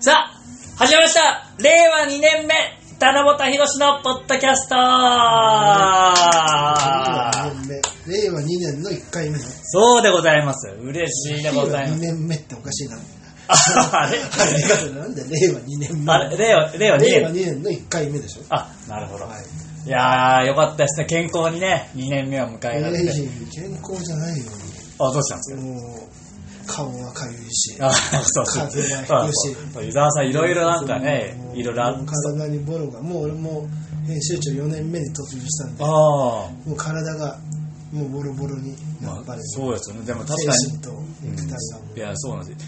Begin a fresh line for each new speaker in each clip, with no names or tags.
さあ、始まりました令和2年目七夕ひろしのポッドキャスト
令和2年の1回目の
そうでございます。嬉しいでござい
2
ます。
年目っておかしいな
ああれ
あれなんで令和2年目
あれ令和、令和2
令和2
年。
年の1回目でしょ
あ、なるほど。
はい
いやー、よかったですね。健康にね、2年目を迎え
え
られて。
ー健康じゃないよ
あ、どうしたんですか
もう顔はかゆいし
あそうそう
風邪
そ
は
う
ひくし
そう。湯沢さん、いろいろなんかね
も、う
いろいろあっ
体にボロがもう俺も編集長4年目に突入したんで
ああ、
もう体がもうボロボロに
ま
やっぱ
あ
り、
そうですよね。でも確かに
精。神と肉体がもう
いや、そうなんです。い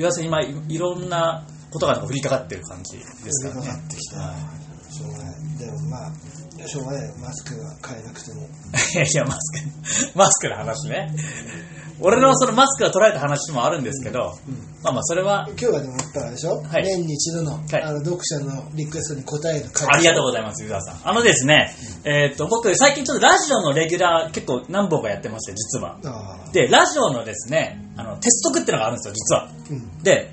岩田さん、今、いいろんなことが降りかかってる感じですから
か
ね。
かってきた、
は
しょうがないでもまあしょうがないマスクが買えなくても
いいや、マスク、マスクの話ね。俺のそのマスクが取られた話もあるんですけど、まあまあ、それは、
今日はでもやったらあれでしょ、
はい
年に一度の,、
い
あの読者のリクエストに応える会
ありがとうございます、湯沢さん。あのですね、えーっと、僕、最近ちょっとラジオのレギュラー結構何本かやってまして、実は。
ああ
で、ラジオのですね、あの、テストクってのがあるんですよ、実は。
うん
で、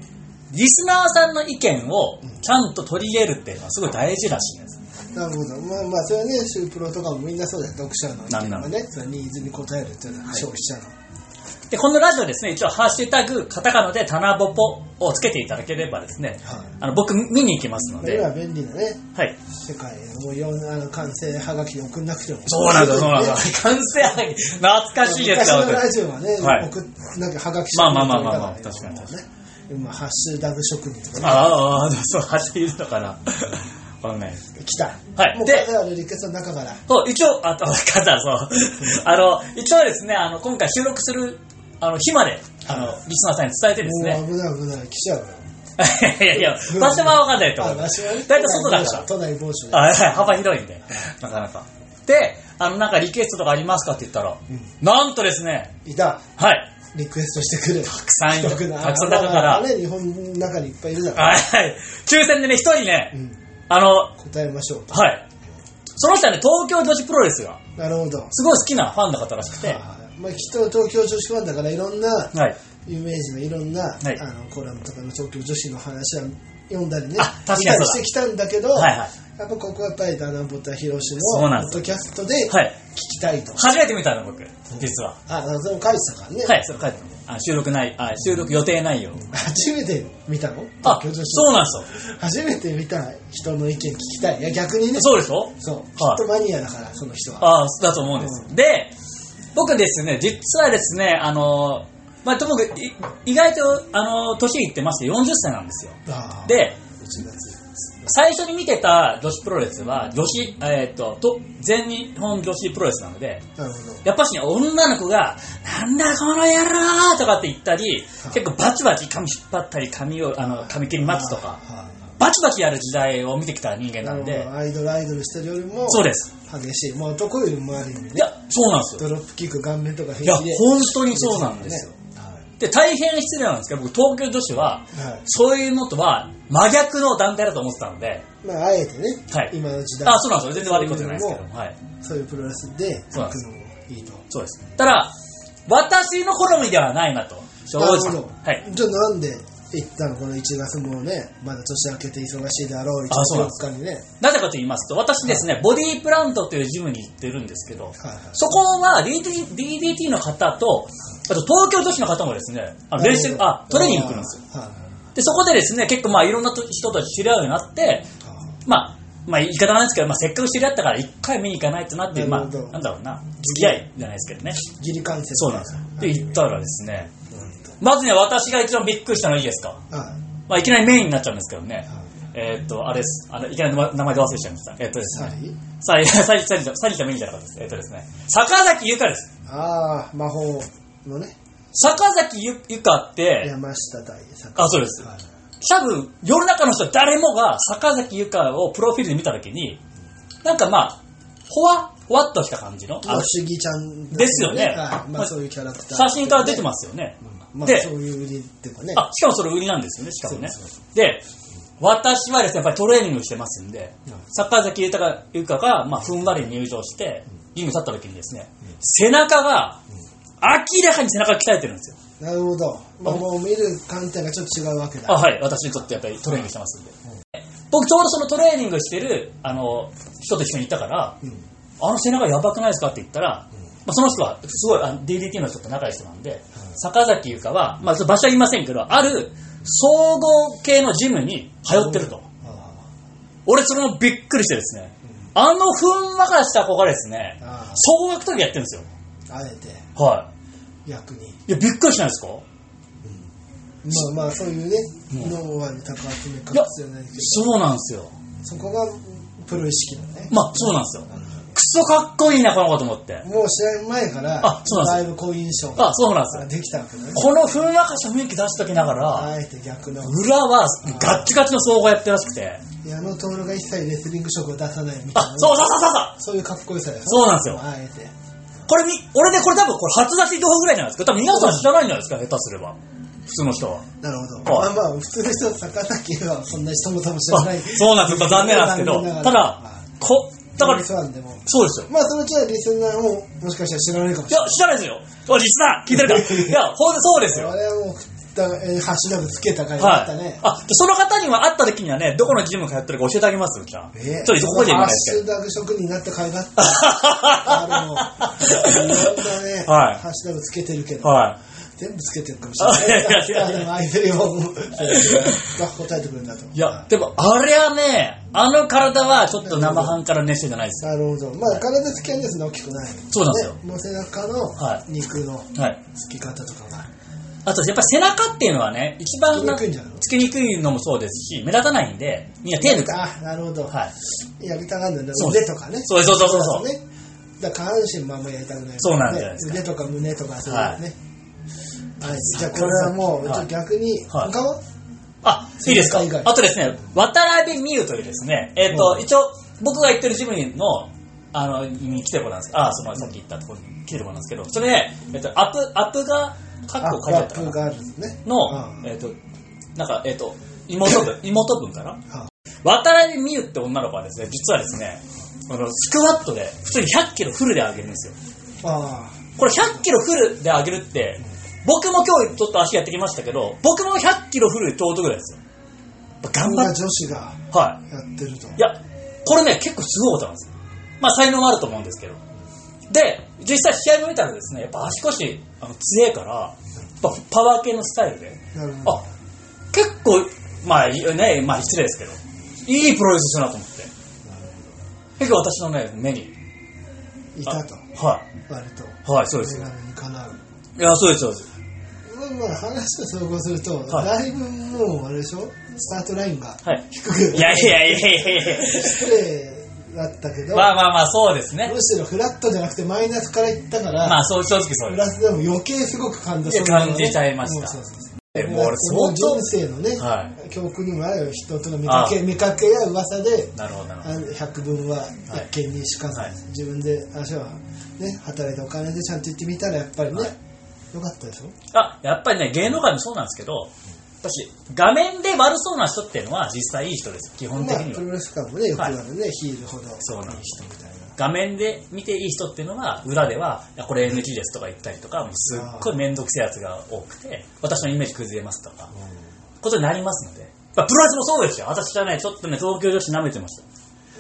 リスナーさんの意見をちゃんと取り入れるっていうのはすごい大事らしいんです。
なるほどまあまあそれはねシュープロとかもみんなそうだよ読者の意見がねそのニーズに応えるっていうのは消費者の、
で、このラジオですね、一応、ハッシュタグ、カタカナで、タナボポをつけていただければですね、
はい
あの僕、見に行きますの
まあ今
で、
は便利なね
はい。
世界もういろんなあの完成はがきで送んなくても
そうなんだ、そうなんだ。
ね
完成はぎ、懐かしいです
昔
か
の
ら
ラ、ジオはね、
はい
送っなんかはがき
まあまあまあまあまあ
とかね
確かに確
ね今ハッシュタグ職人とかね
ああ、そう、走っているのかな。わかんないです。
来た。
はい
もう
で
彼らのリクエストの中から。
そう、一応、あと、カザそう。あの、一応ですね、あの、今回収録する、あの、日まで、あの、リスナーさんに伝えてですね
もう危ない危ない。来ちゃうよ。
いやいや、場所はわかんないと思
あ、
う。
場所は
だ
ね。
いたい外だから。
都内某所で。
あはい幅広いんで、 なかなか。で、あの、なんかリクエストとかありますかって言ったら、
うん
なんとですね、
いた。
はい、
リクエストしてくる。たく
さんいるたくさんだから
あれ、日本の中にいっぱいいるだから。
はい、はい抽選でね、一人ね
う、ん。
あの、は
答えましょう。
い、その人はね、東京女子プロレスが、
なるほど。
すごい好きなファンの方らしくて、は。
はいまあ、きっと東京女子ファンだからいろんない有名人のいろんな、
はい
あのコラムとかの東京女子の話は読んだりね
あ確かに
見たりしてきたんだけど、
はいはい
やっぱここはやっぱりダナボタヒロシ
そう
のポ
なんで
ッ
す
ドキャストで聞
はい。
きたいと
初めて見たの、僕、実は。
あ、あそれも書いてたからね。
はい、それ書いてますあ収録ない、あ、収録予定内容。
初めて見たの
あ、
東京女子
そうなんですよ。
初めて見た人の意見聞きたい。いや、逆にね。
そうでしょ
そう。きっ
はい
とマニアだから、その人は。
ああ、だと思うんです。で、僕ですね、実はですね、あの、まあ、ともかくい意外と、あの、年いってまして40歳なんですよ。
あー、
で、
1月。
最初に見てた女子プロレスは、女子、えっ、と、と、全日本女子プロレスなので、
なるほど。
やっぱしね、女の子が、なんだこの野郎とかって言ったり、結構バチバチ髪引っ張ったり、髪を、あの、髪切り待つとか、
あ
バチバチやる時代を見てきた人間
ー。
な
なる
ん
ほ
で
ど。、アイドルアイドルしてるよりも、
そうです。
激しい。もう男よりもある意味
い
ね。
や、そうなんですよ。
ドロップキック、顔面とか
いや、
平気で。
本当にそうなんですよ。
はい。
で大変失礼なんですけど僕東京女子は
はい。
そういうのとは真逆の団体だと思ってたので
まあ、あえてね、
はい
今の時代。
あそうなんですよ全然悪いことじゃないですけどはい
そういうプロレスで、
そうなんです
行くのもいいと。
そうですただ私の好みではないなと正
なるほ
直
ど。
はい
じゃあなんで行ったのこの1月もね、まだ年明けて忙しいだろう、1
あそうなん
月4日にね。はい
なぜかと言いますと私ですねボディープラントというジムに行ってるんですけど
はい。
そこは DDT, DDT の方とあと東京女子の方もですねあの練習あトレーニング来るんですよ
よ。はいはい
でそこでですね結構まあいろんな人と知り合うようになってまあ、まあ、言い方なんですけど、まあ、せっかく知り合ったから一回見に行かないとなっていう、まあ、
なるほど
なんだろうな、付き合いじゃないですけどね。
ギリ関節。
そうなんですよ。で、行ったらですね、
なんと
まずね、私が一番びっくりしたのはいいですか。
は
まあ、いきなりメインになっちゃうんですけどね
は。
えーっと、あれです。あの、いきなり名前名前で忘れちゃいました。えーっとで
い。
す
サ
ね。
リー
さい、さい、さい、さいじゃメインじゃなかったです。えーっとですね。坂崎ゆかです。
ああ、魔法のね、
坂崎ゆゆかって、
山下大作。
あ、そうです。
はい
多分世の中の人誰もが坂崎由香をプロフィールで見た時になんかまあほわほわっとした感じの
まあ不思議ちゃん
ですよね
はい
ま
ま
あ
あそういうキャラクター。。
写真から出てますすよね、
まあ
で
そういう売りっていうかね。
あしかもそれ売りなんですよねしかもね
そうそ
で私はですねやっぱりトレーニングしてますんで
うん
坂崎豊が由香が、まあ、ふんわり入場してリング立った時にですね背中が明らかに背中が鍛えてるんですよ
なるほど。まあ、もう見る観点がちょっと違うわけだ。
あはい、私にとってやっぱりトレーニングしてますんで、僕ちょうどそのトレーニングしてるあの人と一緒にいたから、
うん。
あの背中やばくないですかって言ったら、まあ、その人はすごいあの DDT の人と仲いい人なんで、坂崎優香は、まあ、その場所は言いませんけどある総合系のジムに通ってると、
あ
俺それもびっくりしてですね、あのふんわかした子がですね
ああ
小学時やってるんですよ
ああえて、
は
逆に。
いいやびっくりしないですか
まあまあ、そういうね、
うん
脳は高集めかもしれないけど、
そうなんですよ
そこがプロ意識だね。
まあそうなんですよクソかっこいいなこの子と思って
もう試合前から、
あそうなん
だ
で
いぶ好印象
あ
が
そうなんですよ
できたわけだね。
このふんわかした雰囲気出しときながら
あえて逆の。
裏はガッチガチの総合やってるらしくて
矢野徹が一切レスリング色を出さないみたい
あ
な。
そうそうそうそうそう
そういうかっこよさだよ。
そうなんですよ
あえて。
これみ俺ねこれ多分これ初出し同歩ぐらいじゃないですか多分皆さん知らないんじゃないですか下手すれば普通の人は
なるほど。ま
は
あ
い
まあ、普通の人は坂崎はそんな人もとも知らない。
そうなんですよ残念なんですけ
残念なが
どた
らま
だ
あ
こだから
リス
そ
ナーでも。
うですよ
まあ、そのうちはリスナーも、もしかしたら知らないかも
い
しれ
や
ない。
知らないですよおいリスナー聞いてる かいやほんとそうです よ
あれはもう、だえーハッシュタグつけた回だ
は
ったね
い。。あ、その方には会った時にはね、どこのジム通ってるか教えてあげますよ、じゃあ。
えー
ちょっとここで言わないですけど。
ハッシュタグ職人になった回だった。あの、いろんなね、
はい
ハッシュタグつけてるけど、
はい。
全部つけてるかもしれない。
あいやいやいや
でも相手よ。が答えてくれるんだと。
いや、でも、あれはね、あの体はちょっと生半可な熱性じゃないですよ。
なるほど。まあ、体つきはね、そんな大きくない。
そうなんですよ
ねもう背中の
はい
肉の
はい。
つき方とかが。
あと、やっぱ背中っていうのはね、一番な
つきにくいんじゃないの
つきにくいのもそうですし、目立たないんで、みんな手抜く。は
あ、なるほど。
い。
やりたがるんだよ
そう
ね。腕とかね。
そうそうそうそうそう
ね。だから下半身もあんまやりたくない、ね。
そうなんじゃないです
腕とか胸とかそういうね。はい。じゃあこれはもう、
はい
ちょっと逆に、
はい
他は
あ、いいですか
背中以外
あとですね、渡辺美優というですね、えっ、と、
うん
一応、僕が行ってるジムの、あの、に来てる子なんですけど、あ、その、さっき言ったところに来てる子なんですけど、それで、えっ、と、アップ、アップが、カッコ書いてあ
ア
った
ッ
か
プ
な
があるんですね。
の、
うん
えっ、と、なんか、えっ、と、妹 分、妹分かな
あ
渡辺美優って女の子はですね、実はですね、あの、スクワットで、普通に100キロフルで上げるんですよ。
あ
これ100キロフルで上げるって、僕も今日ちょっと足やってきましたけど、僕も100キロフルでちょうどぐらいですよ。やっぱ
あ。
頑
こん
張
な
っ
女子が
て、はい。
やってると。
いや、これね、結構すごいことなんですよ。まあ、才能はあると思うんですけど。で、実際試合も見たらですね、やっぱ足腰あの強いから、やっぱパワー系のスタイルで、
なるほど
あ。、結構、まあいいよね、まあ失礼ですけど、いいプロレスしたなと思って。結構私のね、目に。
いたと。
あは
割と。
い。はい、そうです
メ
よ。
ガネにかなう。
いや、そうです、そうです。
まあまあ話を総合すると、
はい
だいぶもうあれでしょスタートラインが
はい。
低く
いやいやいやいやいや
失礼だったけど、
まあまあまあ、そうですね。
むしろフラットじゃなくてマイナスからいったから、
まあ、そう、正直そう
プ
で
ラ
す。
スでも余計すごく感動する
いや感じちゃいました
そうそうそう
でもう俺、
その
相
人
当。
生のね、
は
教訓にもあるよ人との見か
あ
け見かけや噂で
なるほど、なるほど。
あ百分は一見にしかず、
はい
自分で足はね働いてお金でちゃんと行ってみたらやっぱりね、
はい
よかったでしょ
あやっぱりね芸能界もそうなんですけど私画面で悪そうな人っていうのは実際いい人です基本的に
まあ、プ
は
ロレス界もねよくあるね、ヒールほど
そうなん
いい
です
人みたいな
画面で見ていい人っていうのは裏ではいやこれ NG ですとか言ったりとかもうすっごい面倒くせえやつが多くて私のイメージ崩れますとかことになりますので、まあ、プロレスもそうですよ私はねちょっとね東京女子舐めてました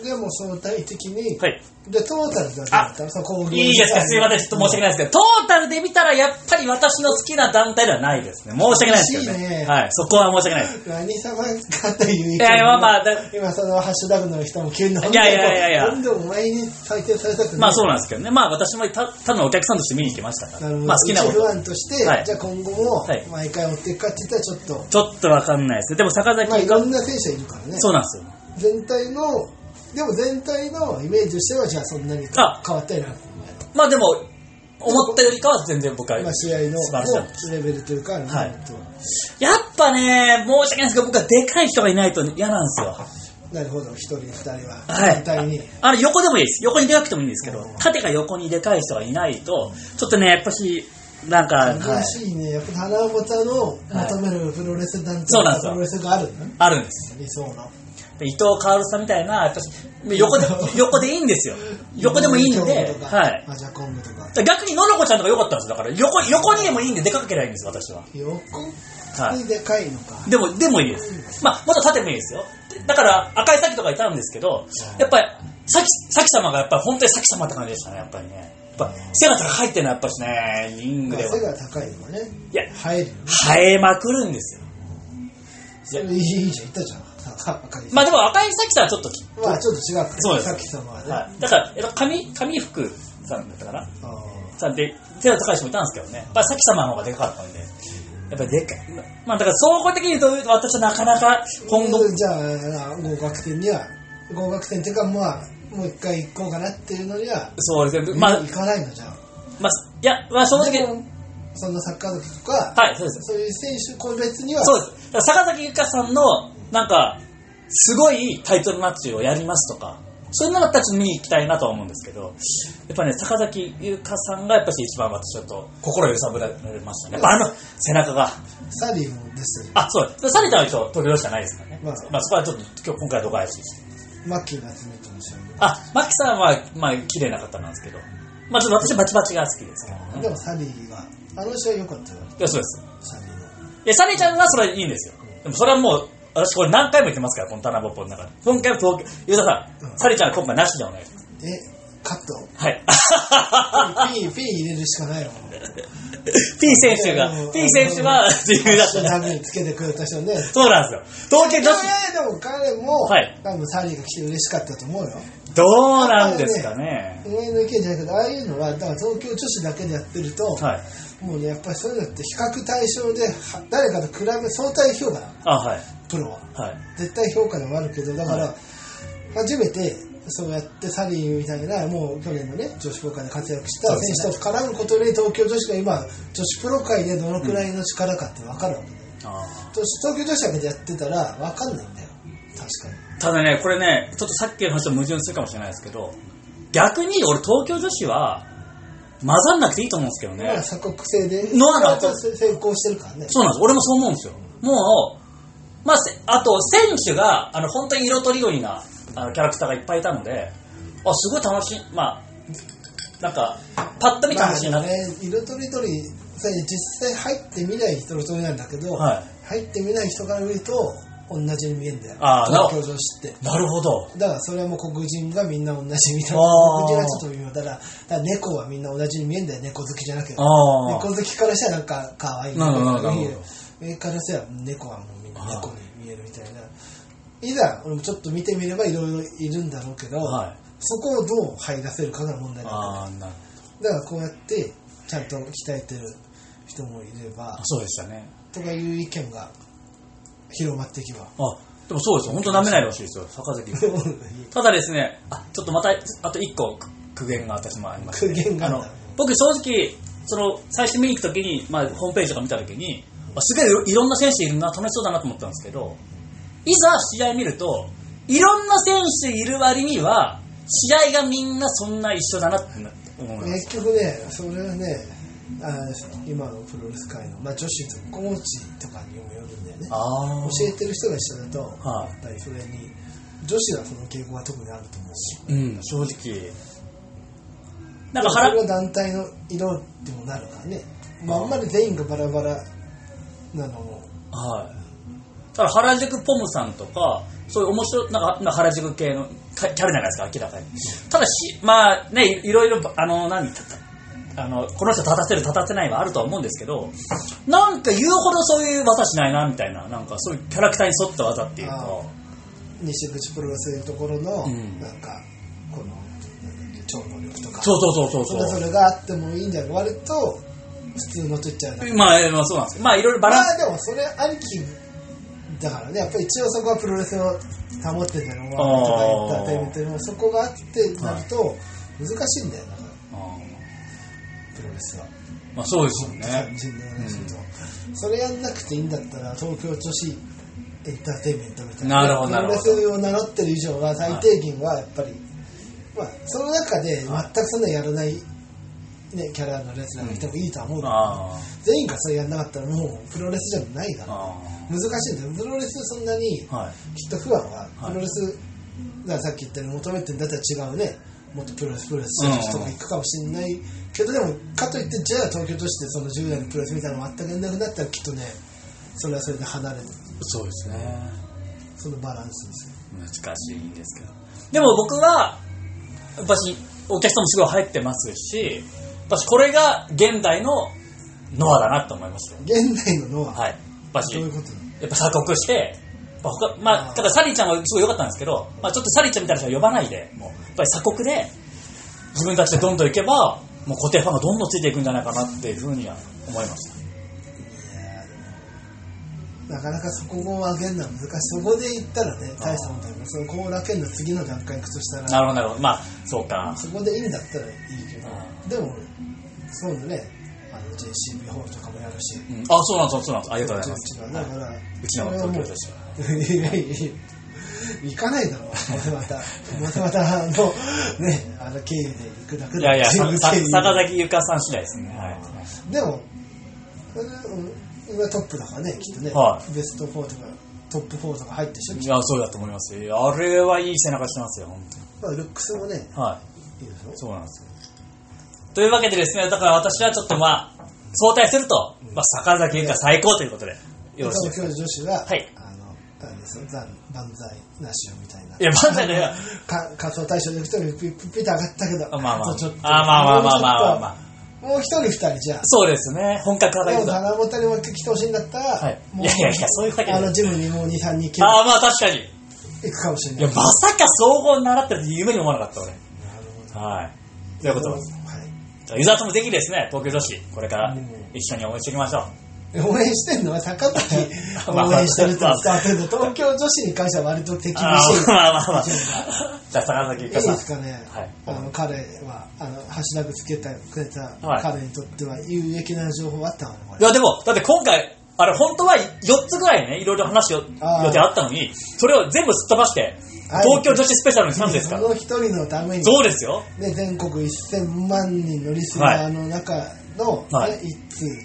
でも相対的に、
はい
でトータルだ
あ
ったらその工業
いいですかすいませんちょっと申し訳ないですけどトータルで見たらやっぱり私の好きな団体ではないですね申し訳ないですけど
厳しい
ね
ね
はいそこは申し訳ないです
何様かという意見
いやいやまあまあだ
今そのハッシュタグの人も急に
いやいやいやいや
どんどんお前に採点されたくない
まあそうなんですけどね、まあ私もたただのお客さんとして見に行きましたか
な
ら、
るほど、
まあ好きなこ
一不
と。
安として、
はい
じゃあ今後も
はい
毎回追っていくかって言ったらちょっと、
ちょっとわかんないです。でも坂
まあい
崎が、
ろんな選手はいるからね
そうなんですよ。
全体のでも全体のイメージとしてはじゃあそんなに変
あ
わったりな
まあでも、思ったよりかは全然僕は、
まあ、試合の
素晴らしいな
のレベルというか、
はい
なるほ
やっぱね、申し訳ないですけど、僕はでかい人がいないと嫌なんですよ。
どなるほど、一人、二人は、
はい
全体に。
あの、横でもいいです。横にでかくてもいいんですけど
うん、
縦が横にでかい人がいないと、ちょっとね、やっぱし、なんか、は
難
い
しいね、やっぱ花尾たの求めるプロレス団
そうなんですよ
体プロレスがあるの
あるんです。
理想の。
で伊藤薫さんみたいな、やっぱし横で、横でいいんですよ。横でもいいんで、は
はいい。。マジャコングとか。
だから逆にののこちゃんとか良かったんですよ。だから横、横にでもいいんで出かけりゃいいんです、私は。
横にでかいのか。
でも、でもいいです。まあ、もっと縦もいいですよ。でだから、赤い咲とかいたんですけど、やっぱり、咲咲様がやっぱり本当に咲様って感じでしたね、やっぱりね。やっぱ、背が高いっていうのはやっぱしね、リングで
背
は。い
が高いのがね。
や、
入るよね。
生えまくるんですよ。
それいいいいじゃん、言ったじゃん。赤い。
まあでも赤い咲さんはちょっとき、
まあちょっと違うからね
そうです
さっき様はね。
はい、だから、えっと、紙、紙服さんだったかな
あ
さんで、手が高い人もいたんですけどね。まあ、さき様の方がでかかったんで。やっぱりでかい。まあ、だから総合的に言うと、私はなかなか
ー
今後、
じゃあ、合格点には、合格点っていうか、まあ、もう一回行こうかなっていうのには、
そうですね。まあ
行、かないのじゃん。
まあ、いや、まあ、正
で
直、
もそんなサッカー時とか、
はい、そうです。
そういう選手個別には、
そうです。だから坂崎由香さんの、なんか、すごいタイトルマッチをやりますとか、そういうのだったらちょっと見に行きたいなとは思うんですけど、やっぱね、坂崎由香さんがやっぱり一番私ちょっと心揺さぶられましたね。やっぱあの背中が。
サリーもですよ。
あ、そうです。サリタは一応東京じゃないですからね。
ま
ま
あ
あ、そこはちょっと今日今回は度外視して。
マッキーが集めてましたよね。
あ、マキさんは、まあ、綺麗な方なんですけど、まあ、ちょっと私バチバチが好きですから、ね。
でもサリーは、あの試合良かったよ、
いや、そうです。
サリーの。
いや、サリちゃんはそれはいいんですよ。でもそれはもう、私これ何回も言ってますから、このタナボッポの中で。今回は東京、ゆうたさ
うん
ん、サリちゃんは今回なしでお願いします。
え、カット
はい。
ピ ン、ピン入れるしかないよ。
P 選手が
うん、
P 選手は、自由だった
ダ
ね。
メにつけてくれた人ね。
そうなんですよ。東京
いや
女
い
子、
やでも彼も、
はい
多分サリーが来て嬉しかったと思うよ。
どうなんですかね。
上の意見じゃないけど、ああいうのは、だから東京女子だけでやってると、
はい。
もうね、やっぱりそういうのって比較対象で、は誰かと比べ、相対評価だ、
あ、はい。
プロは。
はい。
絶対評価でもあるけど、だから、
は
初めて、そうやってサリーみたいな、もう去年のね、女子プロ界で活躍した
そうです
選手と絡むことで、東京女子が今、女子プロ界でどのくらいの力かって分かるわけだよ。
あ
東東京女子だけでやってたら分かんないんだよ確か
ーただね、これね、ちょっとさっきの話と矛盾するかもしれないですけど、逆に俺東京女子は、混ざんなくていいと思うんですけど
に、
ね。
まあ鎖国制で
ノアが
成功してるからね
そうなんです。俺もそう思うんですよ。もう、まあ、せあと、選手が、あの、本当に色とりどりなあのキャラクターがいっぱいいたので、あ、すごい楽しい。まあ、なんか、パッと見
ま
た
あ
話
で
に
も
なって、
ね色とりどりさ実際入ってみない色とりなんだけど、
は
入ってみない人から見ると同じに見えるんだよ
あーなる
東
ほ
京
ど
女子って
なるほど。
だからそれはもう黒人がみんな同じみたいな
あー
黒人はちょっと微妙だからだから猫はみんな同じに見えるんだよ猫好きじゃなくて
あ
猫
あ。
好きからしたらなんか可愛い
なるほどなるほど
上からしたら猫はもうみんな猫に見えるみたいないざ俺もちょっと見てみればいろいろいるんだろうけど、
はい。
そこをどう入らせるかが問題なんだよ
ああ、なる
だからこうやってちゃんと鍛えてる人もいれば
そうでしたね。
とかいう意見が広まっていけば
あ、でもそうですよ。本当舐めないでほしいですよ、坂崎。ただですね、あちょっとまた、あと1個く苦言が私もありまして、
苦言があ
あ
るん
の
だ
僕、正直、その最初見に行くときに、まあ、ホームページとか見たときに、あすげえいろいろんな選手いるな、楽しそうだなと思ったんですけど、いざ試合見ると、いろんな選手いる割には、試合がみんなそんな一緒だなって思います。
結局ねそれはねあの今のプロレス界の、まあ、女子とコーチとかにもよるんだよね
あ
教
ー
えてる人が一緒だと、
はい
やっぱりそれに女子はその傾向が特にあると思うし
うん、正直。なんか
それ
腹、
は団体の色でもなるからね、まあ、あんまり全員がバラバラなのも
はい。ただ原宿ポムさんとか、そういう面白い、なんか、まあ原宿系のキャキャラじゃないですか、明らかに。ただし、まあね、いいろいろ、あの、何、たたあの、この人立たせる、立たせないはあるとは思うんですけど、なんか言うほどそういう技しないな、みたいな、なんかそういうキャラクターに沿った技っていうか、
西口プロレスのところの、
うん
なんかこのなんだっけ超能力とか
そうそうそう
そ
そう
れ
そ
ぞ
う。
れがあってもいいんだよ割と普通のと言っちゃうな
まあ、えーまあ、そうなんですよまあ、いろいろバ
ま
ランス、
あでもそれありきだからねやっぱり一応そこはプロレスを保ってんだよ
あ
な
ー
とかエンターテインメントでもそこがあってなると難しいんだよだから
うん
プロレスは
まあ、そうですよね
単。純な話だと、それやんなくていいんだったら東京女子エンターテインメントみたいな
なるほどなるほど
プロレスを名乗ってる以上は最低限はやっぱり、まあその中で全くそんなやらないね、キャラのレスラーがいてもいいとは思うけど、
あ
全員がそれやんなかったらもうプロレスじゃないだ
ー
ろ
あ
難しいんだよプロレスそんなに
ー。はい。
きっと不安は
はい
プロレスがさっき言ったように求めてんだったら違うねもっとプロレスプロレスしてる人が行くかもしれないけどでもかといってじゃあ東京都市でその10代のプロレスみたいなのが全くなくなったらきっとねそれはそれで離れる
そうですね。
そのバランスですよ
難しいんですけど。でも僕は、やっぱし、お客さんもすごい入ってますし、やっぱしこれが現代のノアだなと思いましたよ。
現代ののは
はい。やっぱし
どういうことなの
やっぱ鎖国して、まあ他まあ、ただサリーちゃんはすごい良かったんですけど、まあ、ちょっとサリーちゃんみたいな人は呼ばないで、もうやっぱり鎖国で自分たちでどんどん行けば、もう固定ファンがどんどんついていくんじゃないかなっていうふうには思いました。
なかなかそこを上げるのは難しいそこで行ったらね大したことないその後楽園の次の段階行くとしたら
なるほど、なるほど。まあ、そうか。
そこでいいんだったらいいけど
う
でもそうだねあの JCB ホールとかもやるし
うんあ、そうなんです、そうなんです。ありがとうございま
11
す。
番だから、
うちの
それ
東
は
京
もう
都市は。
いやいやいや行かないだろう、またまた、またまた、あの、ね、あの経由で行くだけ
い
だ
やいや、
自
さ
分
さ
経由で
坂崎ゆかさん次第ですね。はい。
でも、それうん俺はトップだからね、きっとね、
はい
ベスト4とか、トップ4とか入ってしょ、
いや、そうだと思いますよ。あれはいい背中してますよ、本
まあ、ルックスもね、
当に。はい。
いいでしょ。
そうなんですよ。というわけでですね、だから私はちょっとまあ、相対すると、まあ、坂崎優香最高ということで、よろしいです
東京
か。
女子は、
はい
あの、あれですよ、残万歳なしよみたいな。
いや、まだね、
か仮想対象で一人ピッピッピッと上がったけど、
まあまあ、あまあ
とちょっと
まあまあまあまあまあ。
もう一人二人じゃあ
そうですね、本格派
で
がい
も
いと。
棚本にもう一回来てほしいんだったら、
はい
も
いやいやいやそういうわけじゃ
あ
ない
のジムにもう2、3人行け
ああ、まあ確かに。い
行くかもしれない。
や、まさか総合習ってるって夢にも思わなかった、
なるほど。
俺。はい。ということで
はい。
湯沢ともぜひですね、東京女子、これから
うん
一緒に応援していきましょう。
応援してるのは坂崎
まあ
応援してるって伝わってるの東京女子に関しては割と手厳しい
あーまあまあまあ。じゃあ、坂崎
い
ゆ
い
か
で
さん。
すかね、
はい
あの彼はあのハッシュタグつけたくれた
はい
彼にとっては有益な情報あったのかなこ
い
れ
やでも、だって今回、あれ本当は4つぐらいね、いろいろ話を予定
あー
あったのに、それを全部すっ飛ばして、
はい
東京女子スペシャルにしたんですか
そ
ら。
の一人のために
そうですよ。
ね、全国1000万人のリスナーの中の、
はい
ね、一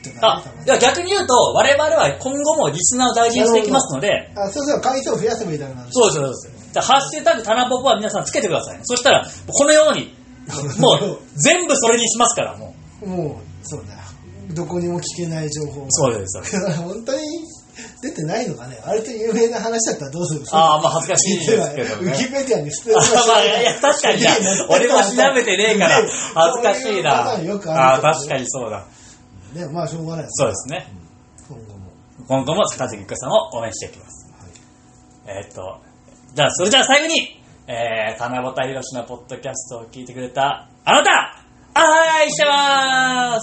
通とか
あ
ね、多分
いや逆に言うと、我々は今後もリスナーを大事にしていきますので、
あそうそう、回数を増やせばいいだろうな。
そうです、そうです。じゃあハッシュタグ、タナポポは皆さんつけてくださいね。そしたら、このよう に、もう全部それにしますから、もう。
もう、そうだよ。どこにも聞けない情報。
そうです、そうです。
本当に出てないのかね。割と有名な話だったらどうする
あーまあ恥ずかしいですけどね
ウィキペディアに普通
あ まあ、いや、確かにな。 俺も調べてねえから、恥ずかしいな。あー確か
に。
にそうだ。
ね、まあ、しょうがない。
そうですね。
今後も。
今後も坂崎ゆかさんを応援していきます。
はい
えーっと、じゃあ、それじゃあ最後に、えー、棚ぼたひろしのポッドキャストを聞いてくれた、あなた愛してます